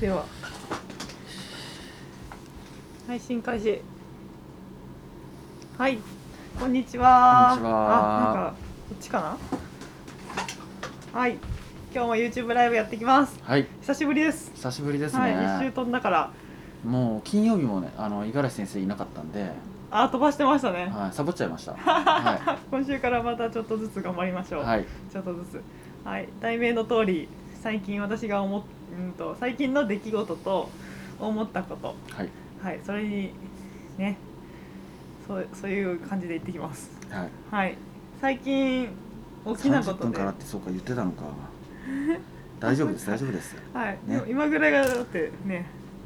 では配信開始はいこんにちはこんにちはあなんかこっちかなはい今日も YouTube ライブやってきますはい久しぶりです久しぶりですね、はい一周飛んだからもう金曜日もねあの五十嵐先生いなかったんで、あ飛ばしてましたね、はい、サボっちゃいまし たは今週からまたちょっとずつ頑張りましい、ょう、はい、ちょっとずつはい題名の通り最近私が思っうんと最近の出来事と思ったことはいはい、それにねそうそういう感じで行ってきますはいはい最近大きなこと30分で、からはってそうか言ってたのか大丈夫です大丈夫でいすねでも今ぐらいがだってね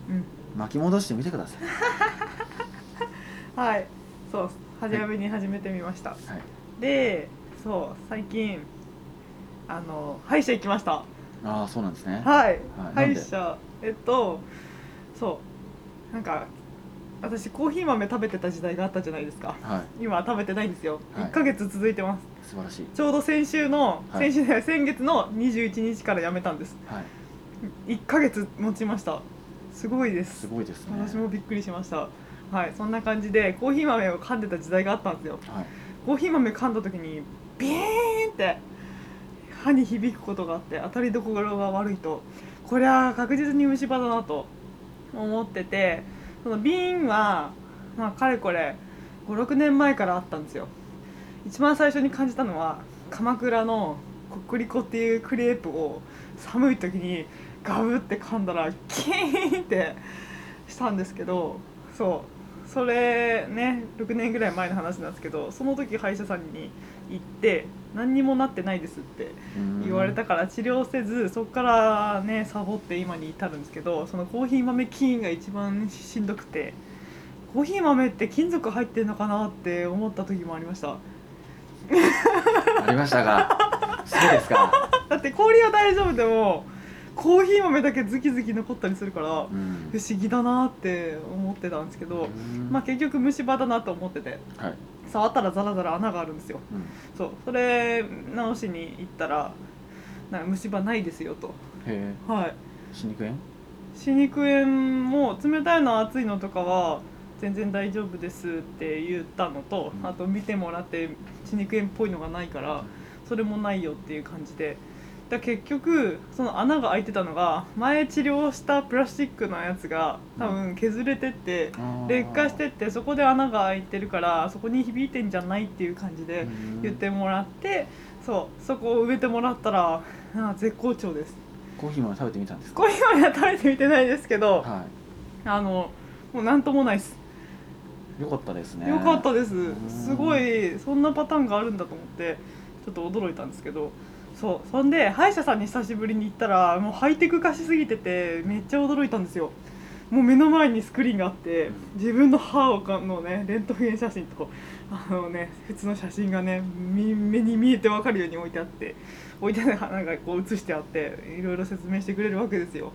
う巻き戻してみてくださいんはいそう初めに始めてみました、はいでそう最近あの歯医者行きましたああそうなんですねはい、はい歯なん医で者えっとそうなんか私コーヒー豆食べてた時代があったじゃないですかはい今は食べてないんですよ、は1いヶ月続いてます素晴らしいちょうど先週の、は先週いじゃない先月の21日から辞めたんですはい1ヶ月持ちましたすごいですすごいですね私もびっくりしましたはいそんな感じでコーヒー豆を噛んでた時代があったんですよはいコーヒー豆噛んだ時にビーンって歯に響くことがあって当たりどころが悪いとこれは確実に虫歯だなと思っててそのビーンは、まあ、かれこれ56年前からあったんですよ一番最初に感じたのは鎌倉のコックリコっていうクレープを寒い時にガブって噛んだらキーンってしたんですけどそうそれね6年ぐらい前の話なんですけどその時歯医者さんに行って何にもなってないですってうーん言われたから治療せずそこからねサボって今に至るんですけどそのコーヒー豆菌が一番しんどくてコーヒー豆って金属入ってんのかなって思った時もありましたありましたがそうですかだって氷は大丈夫でもコーヒー豆だけズキズキ残ったりするからうん不思議だなって思ってたんですけうどー、んまあ、結局虫歯だなと思っててはい触ったらザラザラ穴があるんですようんそうそれ直しに行ったらなんか虫歯ないですよとへえはい歯肉炎歯肉炎も冷たいの熱いのとかは全然大丈夫ですって言ったのと、うんあと見てもらって歯肉炎っぽいのがないからそれもないよっていう感じでだ結局その穴が開いてたのが前治療したプラスチックのやつが多分削れてってあー劣化してってそこで穴が開いてるからそこに響いてんじゃないっていう感じでうーん言ってもらってそうそこを植えてもらったらあ絶好調ですコーヒーも食べてみたんですかこういうのは食べてみてないですけどはあのもう何ともないですいよかったですねよかったですんすごいそんなパターンがあるんだと思ってちょっと驚いたんですけどそうそんで歯医者さんに久しぶりに行ったらもうハイテク化しすぎててめっちゃ驚いたんですよもう目の前にスクリーンがあって自分の歯をかのねレントゲン写真とあのね普通の写真がねみ目に見えてわかるように置いてあって置いてあるなんかこう写してあっていろいろ説明してくれるわけですよ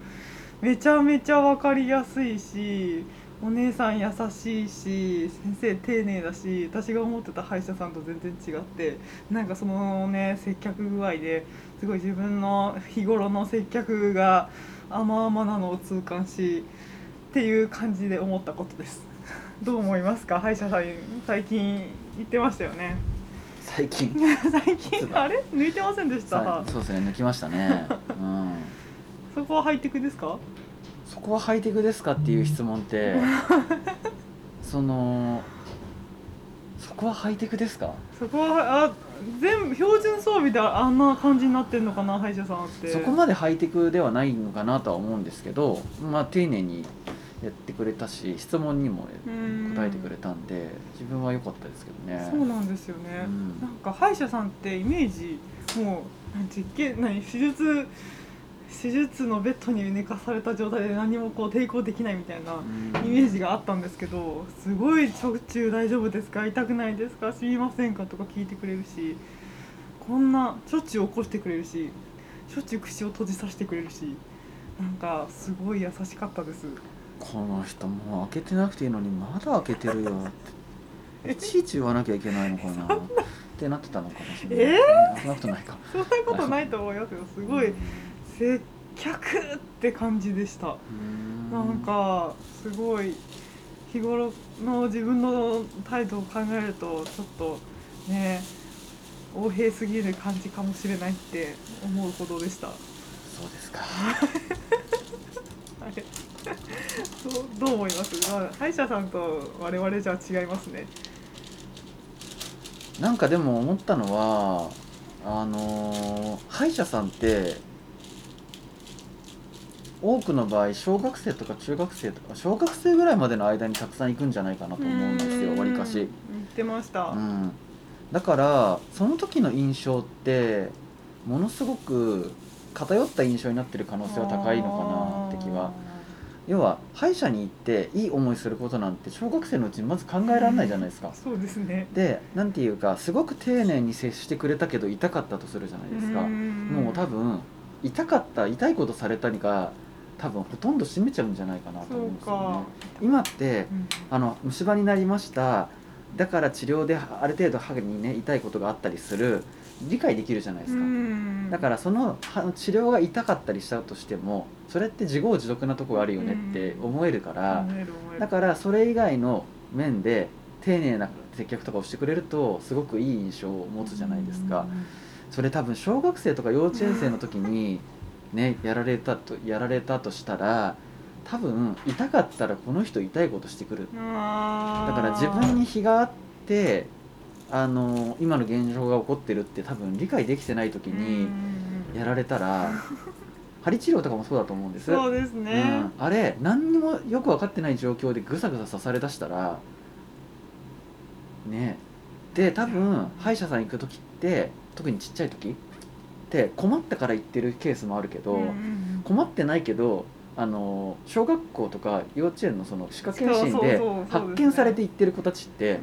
めちゃめちゃわかりやすいしお姉さん優しいし先生丁寧だし私が思ってた歯医者さんと全然違ってなんかそのね接客具合ですごい自分の日頃の接客が甘々なのを痛感しっていう感じで思ったことです どう思いますか歯医者さん最近行ってましたよね 最近最そう近だあれ抜いてませんでしたさそうですね抜きまし たね、うん、そこはハイテクですかそこはハイテクですかっていう質問って そのそこはハイテクですかそこはあ全部標準装備であんな感じになってんのかな歯医者さんってそこまでハイテクではないのかなとは思うんですけど、まあ、丁寧にやってくれたし質問にもうん答えてくれたんで自分は良かったですけどねそうなんですよね、うんなんか歯医者さんってイメージもう実験何手術手術のベッドに寝かされた状態で何もこう抵抗できないみたいなイメージがあったんですけどすごいしょっちゅう「大丈夫ですか痛くないですかすみませんか?」とか聞いてくれるしこんなしょっちゅう起こしてくれるししょっちゅう口を閉じさせてくれるしなんかすごい優しかった ですこの人もう開けてなくていいのにまだ開けてるよ っていちいち言わなきゃいけないのかなってなってたのかもしれない、えそんなことないかそんなことないと思いますよすごい接客って感じでしたうんなんかすごい日頃の自分の態度を考えるとちょっとね横平すぎる感じかもしれないって思うほどでした。そうですかあれ どうどう思います、まあ、歯医者さんと我々じゃ違いますね。なんかでも思ったのはあのー歯医者さんって多くの場合小学生とか中学生とか小学生ぐらいまでの間にたくさん行くんじゃないかなと思うんですよわりかし言っ。てました。うん、だからその時の印象ってものすごく偏った印象になってる可能性は高いのかなって気は要は歯医者に行っていい思いすることなんて小学生のうちにまず考えられないじゃないですあかー。そうですね。で何ていうかすごく丁寧に接してくれたけど痛かったとするじゃないですか。ももう多分痛かった痛いことされたりが多分ほとんど占めちゃうんじゃないかなとそう思うんですよかね。。今ってうんあの虫歯になりましただから治療である程度歯にね痛いことがあったりする理解できるじゃないですか、うんだからその歯治療が痛かったりしたとしてもそれって自業自得なとこがあるよねってうん思えるから、思える思えるだからそれ以外の面で丁寧な接客とかをしてくれるとすごくいい印象を持つじゃないですか、それ多分小学生とか幼稚園生の時にねやられたとやられたとしたら多分痛かったらこの人痛いことしてくるうんあーだから自分に非があってあの今の現状が起こってるって多分理解できてない時にやられたら針治療とかもそうだと思うんですそうですね。うん、あれ何にもよく分かってない状況でぐさぐさ刺されだしたらねえで多分歯医者さん行く時って特にちっちゃい時って困ったから行ってるケースもあるけど、うんうん困ってないけどあの小学校とか幼稚園のその歯科そう検診そうそうでそうですね発見されて行ってる子たちってうん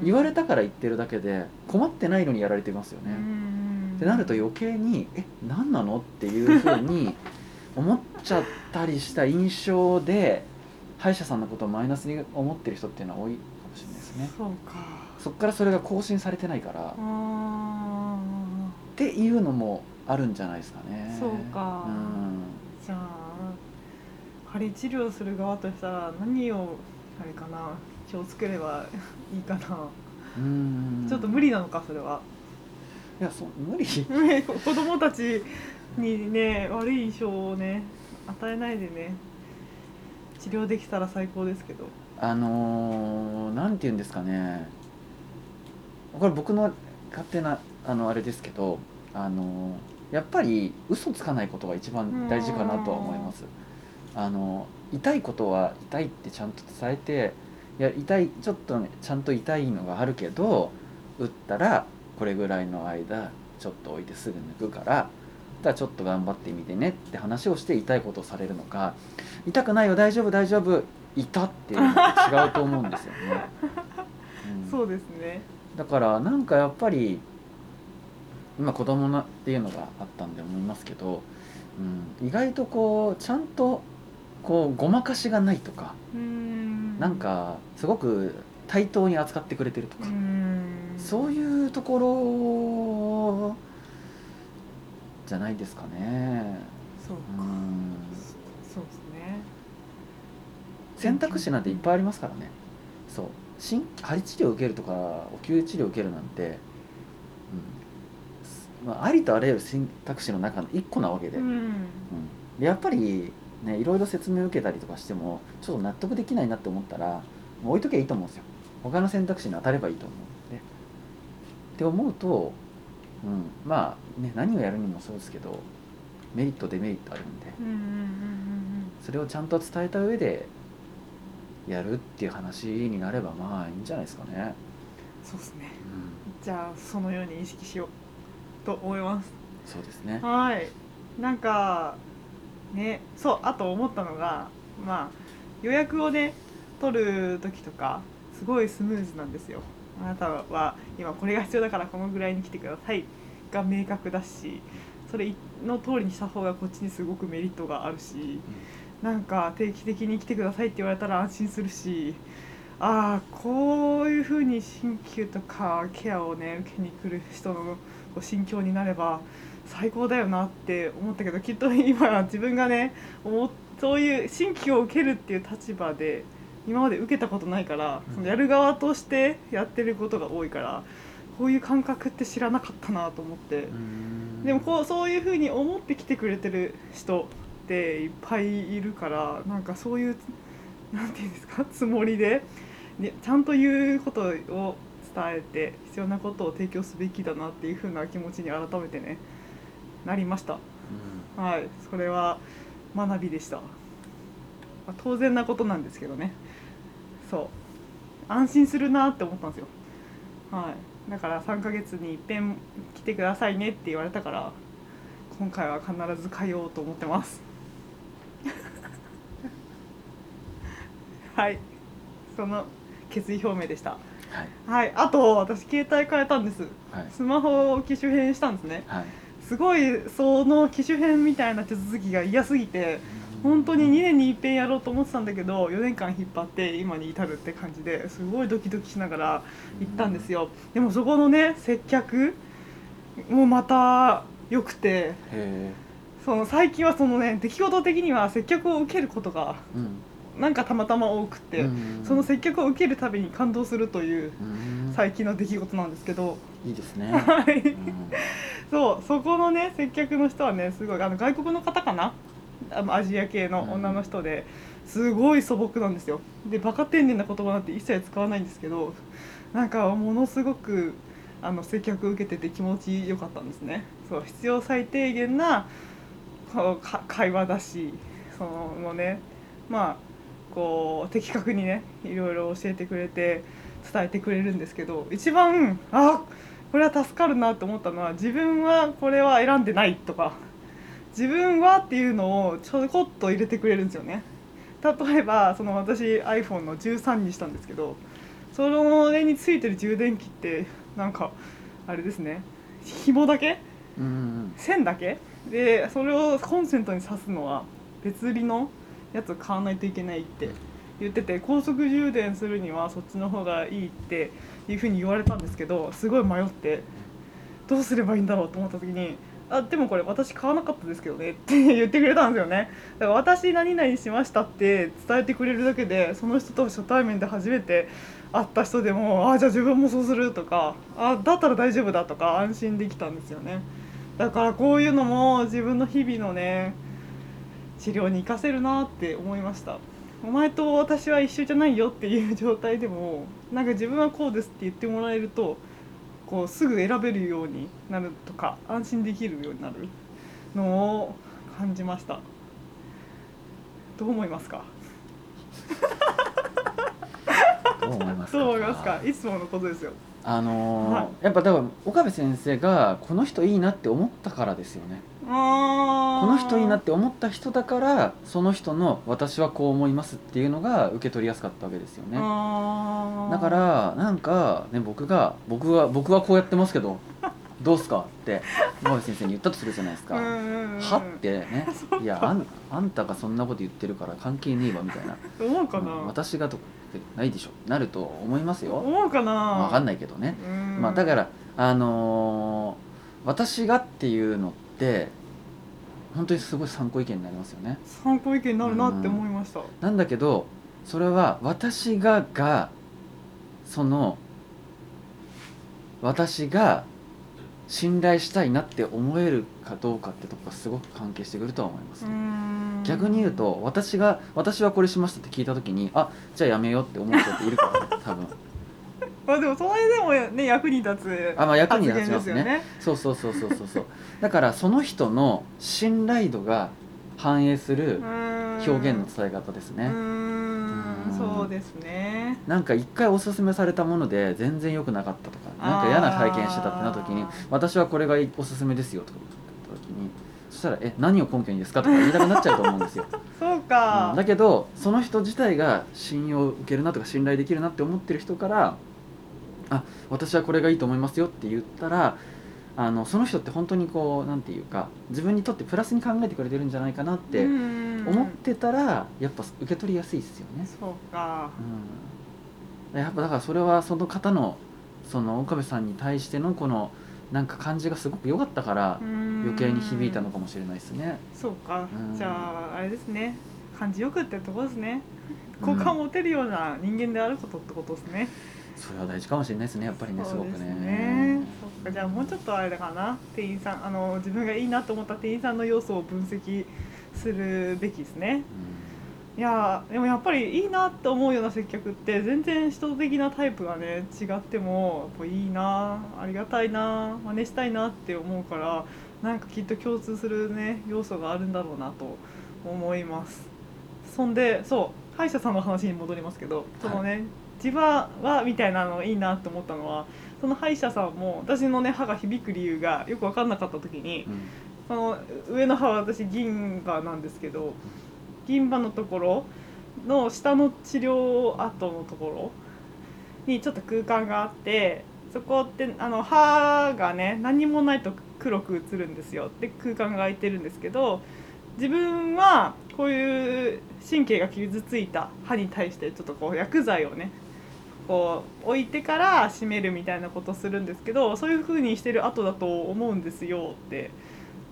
うん言われたから行ってるだけで困ってないのにやられてますようね。んってなると余計に「え何なの?」っていうふう に思っちゃったりした印象で歯医者さんのことをマイナスに思ってる人っていうのは多いかもしれないですねそうか。そっからそれが更新されてないからあーっていうのもあるんじゃないですかねそうかじゃあ針治療する側としたら何をあれかな気をつければいいかな、うんうんちょっと無理理なのかそれはいやそう無 理子供たちにね悪い印象をね与えないでね治療できたら最高ですけどあのー、なんて言うんですかねこれ僕の勝手なあのあれですけど、あのーやっぱり嘘つかないことが一番大事かなとは思います。あの痛いことは痛いってちゃんと伝えていや痛いちょっとねちゃんと痛いのがあるけど打ったらこれぐらいの間ちょっと置いてすぐ抜くから。だからちょっと頑張ってみてねって話をして痛いことをされるのか痛くないよ大丈夫大丈夫痛っていうのと違うと思うんですよね。うんそうですねだからなんかやっぱり今子供なっていうのがあったんで思いますけど、うん、意外とこうちゃんとこうごまかしがないとかうーんなんかすごく対等に扱ってくれてるとうかー、んそういうところじゃないですかね。そううか、んそうですね選択肢なんていっぱいありますからねそう新針治療受けるとかお給治療受けるなんて、うんまあ、ありとあらゆる選択肢の中の1個なわけで,、ううんんでやっぱりねいろいろ説明を受けたりとかしてもちょっと納得できないなって思ったらもう置いとけばいいと思うんですよ他の選択肢に当たればいいと思うんでって思うと、うん、まあね何をやるにもそうですけどメリットデメリットあるんでうんうんうんうんそれをちゃんと伝えた上でやるっていう話になればまあいいんじゃないですかね、うんそうですねうん、じゃあそのように意識しようと思い ますそうですねはいなんかねそうあと思ったのがまあ予約をね取る時とかすごいスムーズなんですよあなたは今これが必要だからこのぐらいに来てくださいが明確だしそれの通りにした方がこっちにすごくメリットがあるしなんか定期的に来てくださいって言われたら安心するしああこういうふうに鍼灸とかケアをね受けに来る人のこう心境になれば最高だよなって思ったけどきっと今自分がね思っそういう鍼灸を受けるっていう立場で今まで受けたことないからうんそのやる側としてやってることが多いからこういう感覚って知らなかったなと思ってうーんでもこうそういうふうに思って来てくれてる人っていっぱいいるからなんかそういうなんていうんですかつもりで、ね、ちゃんと言うことを伝えて必要なことを提供すべきだなっていうふうな気持ちに改めてねなりましたはいそれは学びでした、まあ当然なことなんですけどねそう安心するなって思ったんですよはいだから3ヶ月に一遍来てくださいねって言われたから今回は必ず通おうと思ってます はいその決意表明でしたうんははいいあと私携帯変えたんですはいスマホを機種変したんですねはいすごいその機種変みたいな手続きが嫌すぎて本当に2年に一遍やろうと思ってたんだけど4年間引っ張って今に至るって感じですごいドキドキしながら行ったんですよでもそこのね接客もまた良くてへその最近はそのね出来事的には接客を受けることがえうんなんかたまたま多くて、うんその接客を受けるたびに感動するといううん最近の出来事なんですけど、いいです ねはいうんそうそこのね接客の人はねすごいあの外国の方かなあのアジア系の女の人で、すごい素朴なんですよでバカ天然な言葉なんて一切使わないんですけどなんかものすごくあの接客受けてて気持ちよかったんですねそう必要最低限なこうか会話だしそのもうねまあこう的確にねいろいろ教えてくれて伝えてくれるんですけど一番あこれは助かるなと思ったのは自分はこれは選んでないとか自分はっていうのをちょこっと入れてくれるんですよね例えばその私 iPhone の13にしたんですけどそのれについてる充電器ってなんかあれですね紐だけうんうん線だけでそれをコンセントに挿すのは別売りのやつを買わないといけないって言ってて高速充電するにはそっちの方がいいっていうふうに言われたんですけどすごい迷ってどうすればいいんだろうと思った時に「あでもこれ私買わなかったですけどね」って言ってくれたんですよねだから私何々しましたって伝えてくれるだけでその人と初対面で初めて会った人でも「あじゃあ自分もそうする」とか「あだったら大丈夫だ」とか安心できたんですよねだからこういうのも自分の日々のね治療に生かせるなって思いましたお前と私は一緒じゃないよっていう状態でもなんか自分はこうですって言ってもらえるとこうすぐ選べるようになるとか安心できるようになるのを感じましたどう思いますかどう思いますかどう思いますかいつものことですよあのーはいやっぱだから岡部先生がこの人いいなって思ったからですよねあーこの人いいなって思った人だからその人の私はこう思いますっていうのが受け取りやすかったわけですよねあーだからなんかね僕が僕は僕はこうやってますけどどうすかって岡部先生に言ったとするじゃないですか、うんうんうんはっ てねいやあんあんたがそんなこと言ってるから関係ねえわみたいな思うかな、うん私がとかってないでしょなると思いますよ思うかなわかんないないけどねまあ、だから、あのー私がっていうのって本当にすごい参考意見になりますよね参考意見になるなって思いました、なんだけどそれは私ががその私が信頼したいなって思えるかどうかってとこがすごく関係してくるとは思いますね、うーん逆に言うと私が私はこれしましたって聞いた時にあじゃあやめようって思う人ってい るからね多分まあでもそれでもね役に立つあまあ役発に言立ちまですすよねねそうそうそうそうそうそうだからその人の信頼度が反映する表表現の伝え方ですね、うーうんんそうですねなんか一回おすすめされたもので全然良くなかったとかなんか嫌な体験してたってな時にあー私はこれがおすすめですよとか言った時にそしたら「え何を根拠にですか?」とか言いたくなっちゃうと思うんですよ、うんそうか、だけどその人自体が信用を受けるなとか信頼できるなって思ってる人から「あ私はこれがいいと思いますよ」って言ったらあのその人って本当にこうなんていうか自分にとってプラスに考えてくれてるんじゃないかなってうん思ってたらやっぱ受け取りやすいですよね。そうかうんやっぱだからそれはその方のその岡部さんに対してのこのなんか感じがすごく良かったから余計に響いたのかもしれないですね。そうかうんじゃああれですね感じよくってとこですねう好ん感を持てるような人間であることってことですね、それは大事かもしれないですねやっぱりねすそうごでくすね。そっかじゃあもうちょっとあれだかな店員さんあの自分がいいなと思った店員さんの要素を分析するべきですねうんいやーでもやっぱりいいなって思うような接客って全然人的なタイプがね違ってもやっぱいいなありがたいな真似したいなって思うからなんかきっと共通するね要素があるんだろうなと思いますそんでそう歯医者さんの話に戻りますけどそのね、地場はみたいなのいいなって思ったのはその歯医者さんも私のね歯が響く理由がよく分かんなかった時に、うんその上の歯は私銀歯なんですけど銀歯のところの下の治療跡のところにちょっと空間があってそこってあの歯がね何もないと黒く映るんですよで空間が空いてるんですけど自分はこういう神経が傷ついた歯に対してちょっとこう薬剤をねこう置いてから閉めるみたいなことするんですけどそういう風にしてる後だと思うんですよって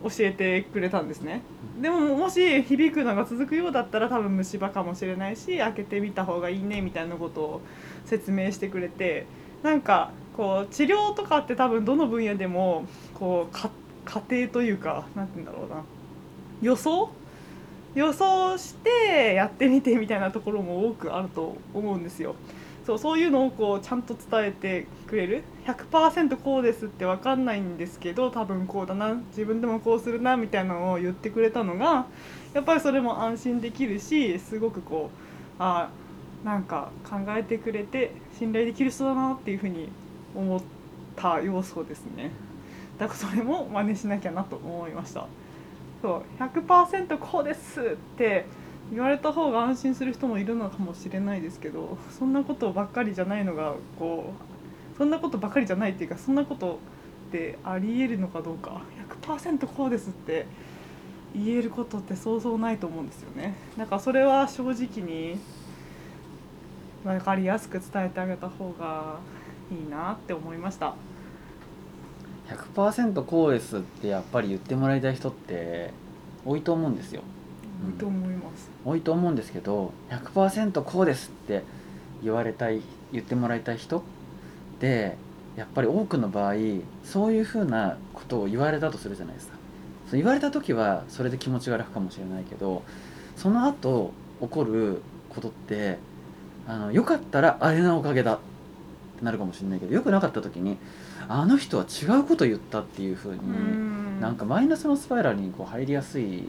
教えてくれたんですねでももし響くのが続くようだったら多分虫歯かもしれないし開けてみた方がいいねみたいなことを説明してくれてなんかこう治療とかって多分どの分野でもこうか家庭というか何て言うんだろうな予想予想してやってみてみたいなところも多くあると思うんですよ。そうそういうのをこうちゃんと伝えてくれる100%こうですって分かんないんですけど多分こうだな自分でもこうするなみたいなのを言ってくれたのがやっぱりそれも安心できるしすごくこうあなんか考えてくれて信頼できる人だなっていうふうに思った要素ですねだからそれも真似しなきゃなと思いましたそう100%こうですって言われた方が安心する人もいるのかもしれないですけどそんなことばっかりじゃないのがこうそんなことばっかりじゃないっていうかそんなことってありえるのかどうか100%こうですって言えることってそうそうないと思うんですよねだからそれは正直に分かりやすく伝えてあげた方がいいなって思いました100%こうですってやっぱり言ってもらいたい人って多いと思うんですようんいいと思います、多いと思うんですけど100%こうですって言われたい言ってもらいたい人でやっぱり多くの場合そういうふうなことを言われたとするじゃないですかそう言われた時はそれで気持ちが楽かもしれないけどその後起こることってあのよかったらあれのおかげだってなるかもしれないけどよくなかった時にあの人は違うこと言ったっていうふうに、うんなんかマイナスのスパイラルにこう入りやすい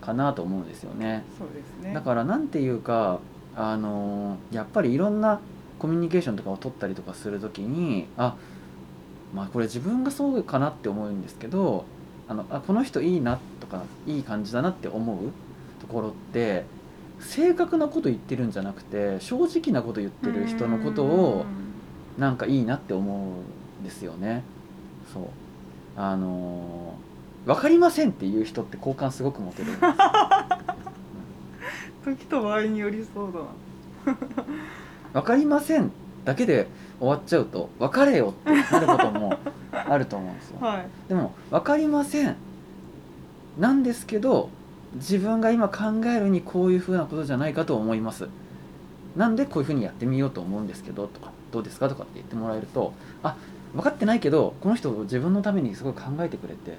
かなと思うんですよね。そうですねだからなんていうかあのやっぱりいろんなコミュニケーションとかを取ったりとかするときにあまあこれ自分がそうかなって思うんですけどあのあこの人いいなとかいい感じだなって思うところって正確なこと言ってるんじゃなくて正直なこと言ってる人のことをなんかいいなって思うんですよねそうあの分かりませんっていう人って好感すごく持てるうん時と場合によりそうだな分かりませんだけで終わっちゃうと別れよってなることもあると思うんです よはい、でも分かりませんなんですけど自分が今考えるにこういうふうなことじゃないかと思いますなんでこういうふうにやってみようと思うんですけどとかどうですかとかって言ってもらえるとあ分かってないけどこの人自分のためにすごい考えてくれて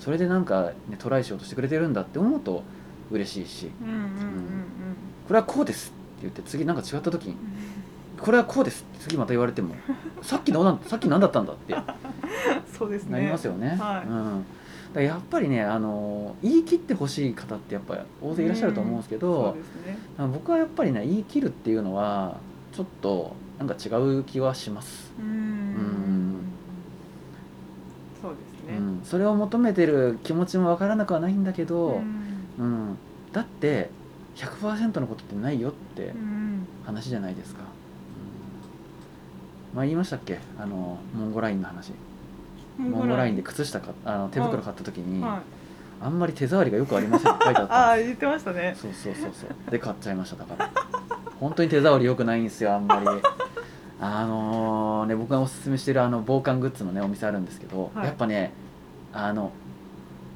それでなんか、ね、トライしようとしてくれてるんだって思うと嬉しいしうんうんうんこれはこうですって言って次なんか違った時にこれはこうですって次また言われても さっきのなんさっき何だったんだってうん、 そうですねなりますよね。はいうん、だからやっぱりねあの言い切ってほしい方ってやっぱり大勢いらっしゃると思うんですそけうどで、すね僕はやっぱりね言い切るっていうのはちょっとなんか違う気はします。うーんんそうですねう、ん、それを求めてる気持ちもわからなくはないんだけど、うんだって100%のことってないよってうん話じゃないですか。うんまあ、言いましたっけあのモンゴラインの話うんモンゴラインでで靴下かあの手袋買った時に、はい、あんまり手触りがよくありませんって書いてあったあんですよあ言ってましたね そうそうそうそうで買っちゃいましただから本当に手触り良くないんですよあんまりあのね僕がおすすめしてるあの防寒グッズのねお店あるんですけど、はいやっぱねあの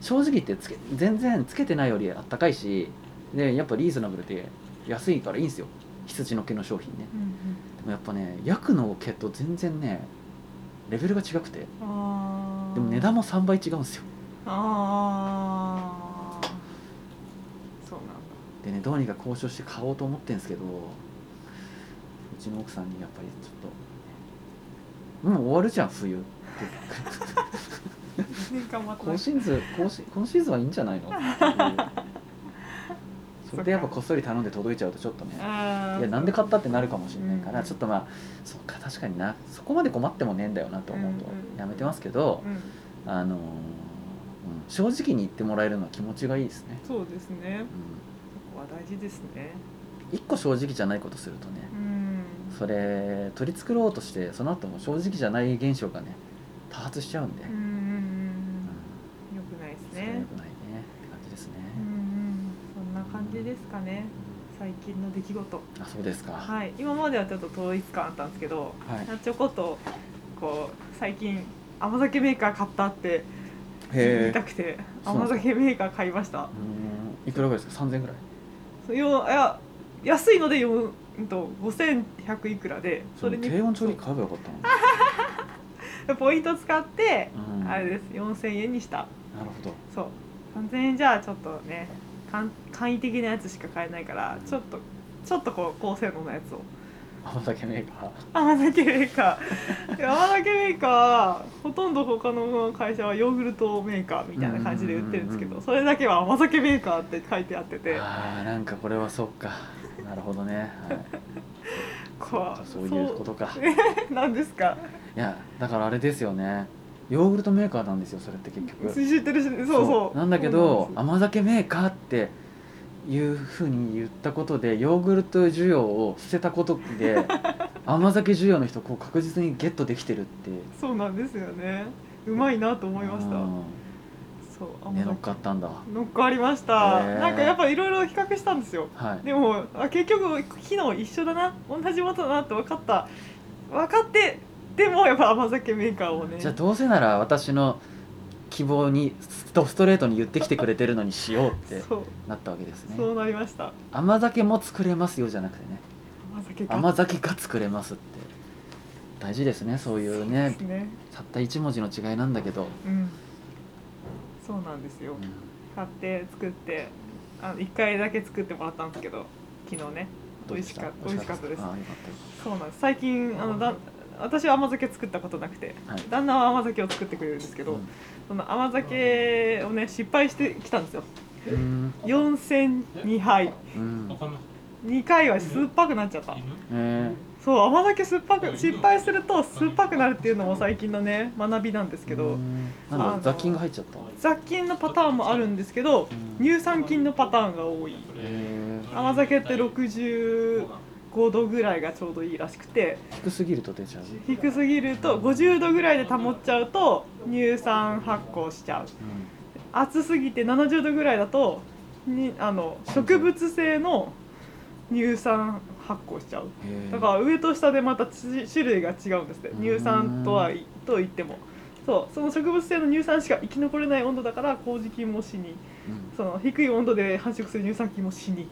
正直言ってつけ全然つけてないよりあったかいしでやっぱリーズナブルで安いからいいんですよ羊の毛の商品ねうんでもやっぱねヤクの毛と全然ねレベルが違くてうん、あーでも値段も3倍違うんですよああそうなんだでねどうにか交渉して買おうと思ってんですけどうちの奥さんにやっぱりちょっと「もう終わるじゃん冬」って一年間待って今シーズン今シ今シーズンはいいんじ ゃないのっていうそれでやっぱこっそり頼んで届いちゃうとちょっとねあいやなんで買ったってなるかもしれないから、うんちょっとまあそっか確かになそこまで困ってもねえんだよなと思うとうんうんやめてますけどう、んあのーうん正直に言ってもらえるのは気持ちがいいですね、そうですねうそこは大事ですねん、一個正直じゃないことするとねうんそれ取り繕おうとしてその後も正直じゃない現象がね多発しちゃうんで、ううんうんうんんよくないですそれはね良くないねって感じですね、うんうんそんな感じですかね最近の出来事あそうですかははい今まではちょっと統一感あったんですけどいちょこっとこう最近甘酒メーカー買ったって言いへたえくてそうな甘んですか酒メーカー買いましたいくらぐらいですか3000ぐらいそうよいや安いのでようんと5100いくらでそれに低温調理買えばよかっそたうポイント使って、のに、うん、 あれなるです4000円にしたほどそう3000円じゃあちょっとね簡簡易的なやつしか買えないからちょっとちょっとこう高性能なやつを甘酒メーカー甘酒メーカー甘酒メーカーほとんど他の会社はヨーグルトメーカーみたいな感じで売ってるんですけうんうんうんうどんそれだけは甘酒メーカーって書いてあっててああなんかこれはそっかなるほどね、はい、こうそういうことかそうなんですかいやだからあれですよねヨーグルトメーカーなんですよそれって結局知ってるしそうそうなんだけそどうなんです甘酒メーカーっていうふうに言ったことでヨーグルト需要を捨てたこと で甘酒需要の人をこう確実にゲットできてるってそうなんですよねうまいなと思いましたたそう甘ね酒乗っかったんだ乗っかりました、へーなんかやっぱいろいろ比較したんですよはいでもあ結局機能一緒だな同じものだなって分かった分かってでもやっぱ甘酒メーカーをねじゃあどうせなら私の希望にストストレートに言ってきてくれてるのにしようってそうなったわけですねそうなりました甘酒も作れますよじゃなくてね甘酒が甘酒が作れますって大事ですねそういうねそうですねたった一文字の違いなんだけど、うんそうなんですようん買って作ってあ1回だけ作ってもらったんですけど昨日ね美味しかった美味しかったですああよかっそうなんです最近あのだ私は甘酒作ったことなくてた。はい。旦那は甘酒を作ってくれるんですけど、その甘酒をね失敗してきたんですようん。 4戦2敗うんわ。かんない。 2回は酸っぱくなっちゃった犬えそう甘酒酸っぱく失敗すると酸っぱくなるっていうのも最近のね学びなんですえ。けどうん。あなんのだ雑菌が入っちゃった。雑菌のパターンもあるんですけどうん乳酸菌のパターンが多いええ。甘酒って65度ぐらいがちょうどいいらしくて低すぎると出ちゃう。低すぎると50度ぐらいで保っちゃうと乳酸発酵しちゃうう。暑すぎて70度ぐらいだとにあの植物性の乳酸発酵しちゃうんへえだから上と下でまたち種類が違うんですって乳酸とはいと言ってもそうその植物性の乳酸しか生き残れない温度だから麹菌も死にうんその低い温度で繁殖する乳酸菌も死に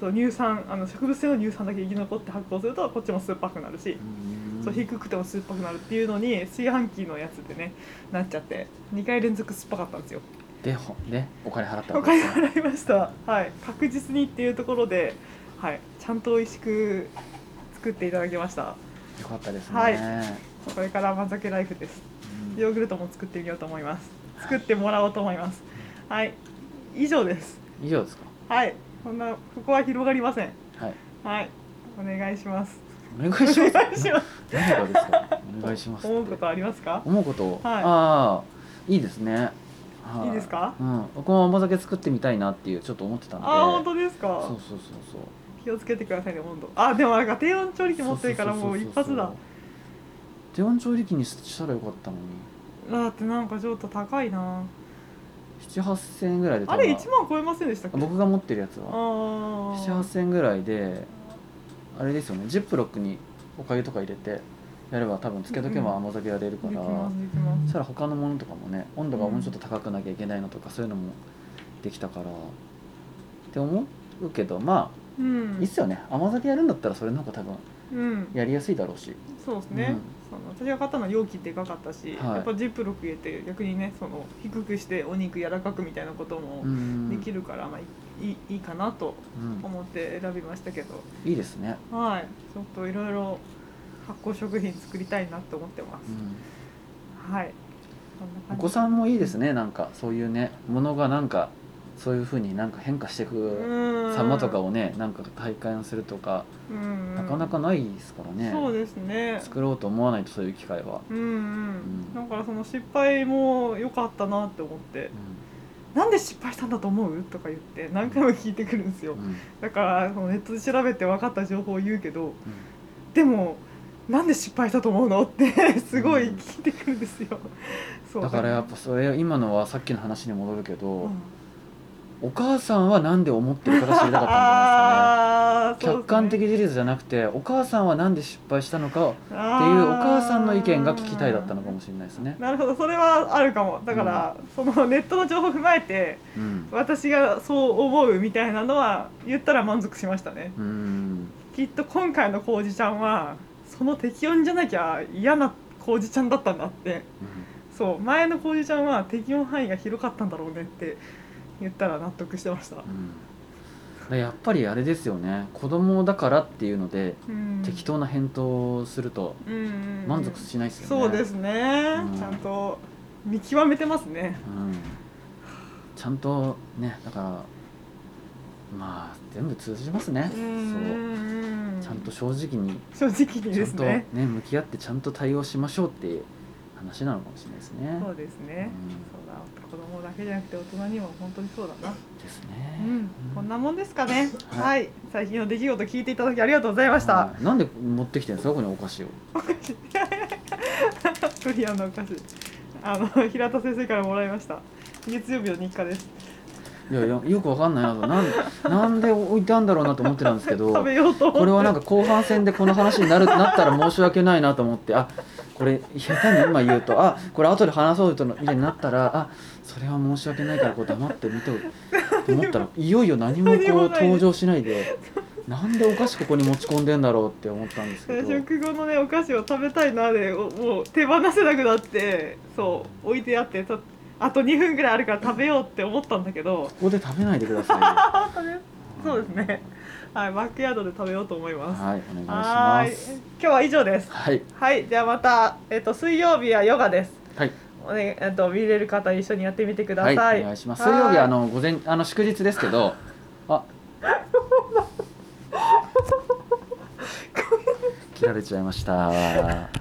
そう乳酸あの植物性の乳酸だけ生き残って発酵するとこっちも酸っぱくなるしうんそう低くても酸っぱくなるっていうのに炊飯器のやつでねなっちゃって2回連続酸っぱかったんですよでほでお金払ったおわけで金 すね。払いましたはい確実にっていうところで、はい、ちゃんと美味しく作っていただきましたよかったですね。はいうんこれから甘酒ライフですヨーグルトも作ってみようと思います作ってもらおうと思いますはい以上です以上ですか。はいこんなここは広がりませんはい。はいお願いしますお願いおし願まいす。します何がですか。お願いしますって。思うことありますか思うこと、はいああいいですねはいいですかうん僕も甘酒作ってみたいなっていうちょっと思ってたんであー本当ですそかうそうそうそう気をつけてくださいね温度あでもなんか低温調理器持ってるからもう一発だ低温調理器にしたらよかったのにだってなんかちょっと高いな78000円ぐらいであれ1万超えませんでしたっけ僕が持ってるやつはああ78000円ぐらいであれですよねジップロックにおかゆとか入れてやれば多分つけとけば甘酒やれるかできら、ますできまそしすたら他のものとかもね温度がもうちょっと高くなきゃいけないのとかそういうのもできたからって思うけどまあうんいいっすよね甘酒やるんだったらそれの方が多分うんやりやすいだろうしそうですね、うんその私が買ったのは容器でかかったし、はいやっぱジップロック入れて逆にねその低くしてお肉柔らかくみたいなこともうんできるから、まあいいいいいかなとうん思って選びましたけど、いいですね、はいちょっといろいろ発酵食品作りたいなと思ってまうす、んはいそんなお感じ子さんもいいですねなんかそういうねものがなんかそういうふうになんか変化していくうん様とかをねなんか体感するとかうんなかなかないですからねそうですね作ろうと思わないとそういう機会は、うんうんうん、だからその失敗も良かったなって思って「なんで失敗したんだと思う?」とか言って何回も聞いてくるんですようんうんだからそのネットで調べて分かった情報を言うけどうんでもなんで失敗したと思うのってすごい聞いてくるんですよ。そうだからやっぱそれ今のはさっきの話に戻るけど、うんお母さんは何で思ってるかが知りたかったんじゃないですか あーそうでねすね客観的事実じゃなくてお母さんは何で失敗したのかってていうおいうお母さんの意見が聞きたいだったのかもしれないですね。なるほどそれはあるかもだから、そのネットの情報を踏まえてうん、私がそう思うみたいなのは言ったら満足しましたねうんきっと今回のこうじちゃんはその適温じゃなきゃ嫌なこうじちゃんだったんだってそう前のこうじちゃんは適温範囲が広かったんだろうねって言ったら納得してました、うんうんやっぱりあれですよね子供だからっていうのでうん、適当な返答をすると満満足しないですよね。そうですね、うんちゃんと見極めてますねうんちゃんとねだからまあ全部通じますね、そうちゃんと正直に正直にちゃでんすとねね向き合ってちゃんと対応しましょうっていう話なのかもしれないですね。そうですね、うそうだ子供だけじゃなくて大人にも本当にそうだな、んですね。うん、こんなもんですかねはいはい、最近の出来事聞いていただきありがとうございました はいなんで持ってきてるんですかこのお菓子を。お菓子ドリアンのお菓子あの平田先生からもらいました月曜日の日課ですいやいやよくわかんないなとなんなんで置いてあるんだろうなと思ってたんですけど食。べようと思ってこれはなんか後半戦でこの話になる なったら申し訳ないなと思ってあこれ下手に今言うとあこれ後で話そうとのみたいになったらあそれは申し訳ないからこう黙って見ておくと思ったらいよいよ何もこ何もないうです登場しないでなんでお菓子ここに持ち込んでんだろうって思ったんですけど食後のねお菓子を食べたいなでおもう手放せなくなってそう置いてあってたあと2分ぐらいあるから食べようって思ったんだけどここで食べないでくださあ食べいそうですねはいバックヤードで食べようと思いますはいお願いしはまーいす今日は以上ですはいはいじゃあまたえっと水曜日はヨガですはいおねえっと見れる方一緒にやってみてくださ、はいいお願いします水曜日はあの午前あの祝日ですけど あ切られちゃいました。